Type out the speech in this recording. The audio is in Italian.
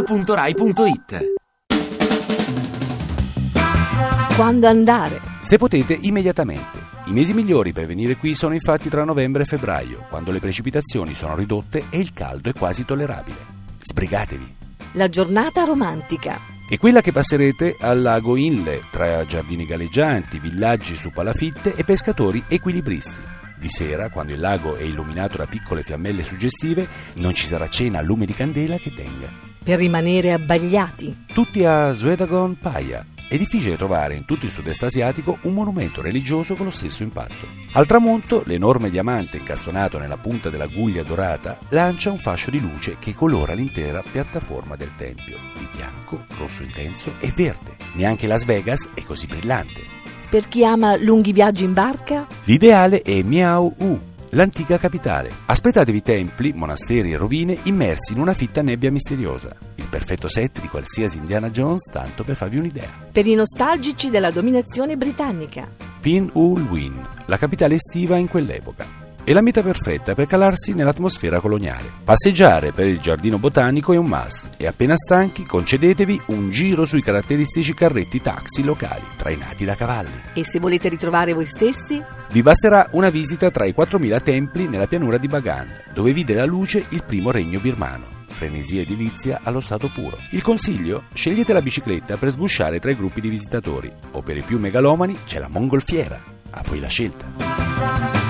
radio2pod.rai.it Quando andare? Se potete, immediatamente. I mesi migliori per venire qui sono infatti tra novembre e febbraio, quando le precipitazioni sono ridotte e il caldo è quasi tollerabile. Sbrigatevi! La giornata romantica. E quella che passerete al lago Inle, tra giardini galleggianti, villaggi su palafitte e pescatori equilibristi. Di sera, quando il lago è illuminato da piccole fiammelle suggestive, non ci sarà cena a lume di candela che tenga. Per rimanere abbagliati. Tutti a Suedagon Paya. È difficile trovare in tutto il sud-est asiatico un monumento religioso con lo stesso impatto. Al tramonto, l'enorme diamante incastonato nella punta dell'aguglia dorata lancia un fascio di luce che colora l'intera piattaforma del tempio, di bianco, rosso intenso e verde. Neanche Las Vegas è così brillante. Per chi ama lunghi viaggi in barca? L'ideale è Miao U, l'antica capitale. Aspettatevi templi, monasteri e rovine immersi in una fitta nebbia misteriosa. Il perfetto set di qualsiasi Indiana Jones, tanto per farvi un'idea. Per i nostalgici della dominazione britannica. Pin U Win, la capitale estiva in quell'epoca. È la meta perfetta per calarsi nell'atmosfera coloniale. Passeggiare per il giardino botanico è un must e appena stanchi concedetevi un giro sui caratteristici carretti taxi locali, trainati da cavalli. E se volete ritrovare voi stessi? Vi basterà una visita tra i 4.000 templi nella pianura di Bagan, dove vide la luce il primo regno birmano. Frenesia edilizia allo stato puro. Il consiglio? Scegliete la bicicletta per sgusciare tra i gruppi di visitatori, o per i più megalomani c'è la mongolfiera. A voi la scelta.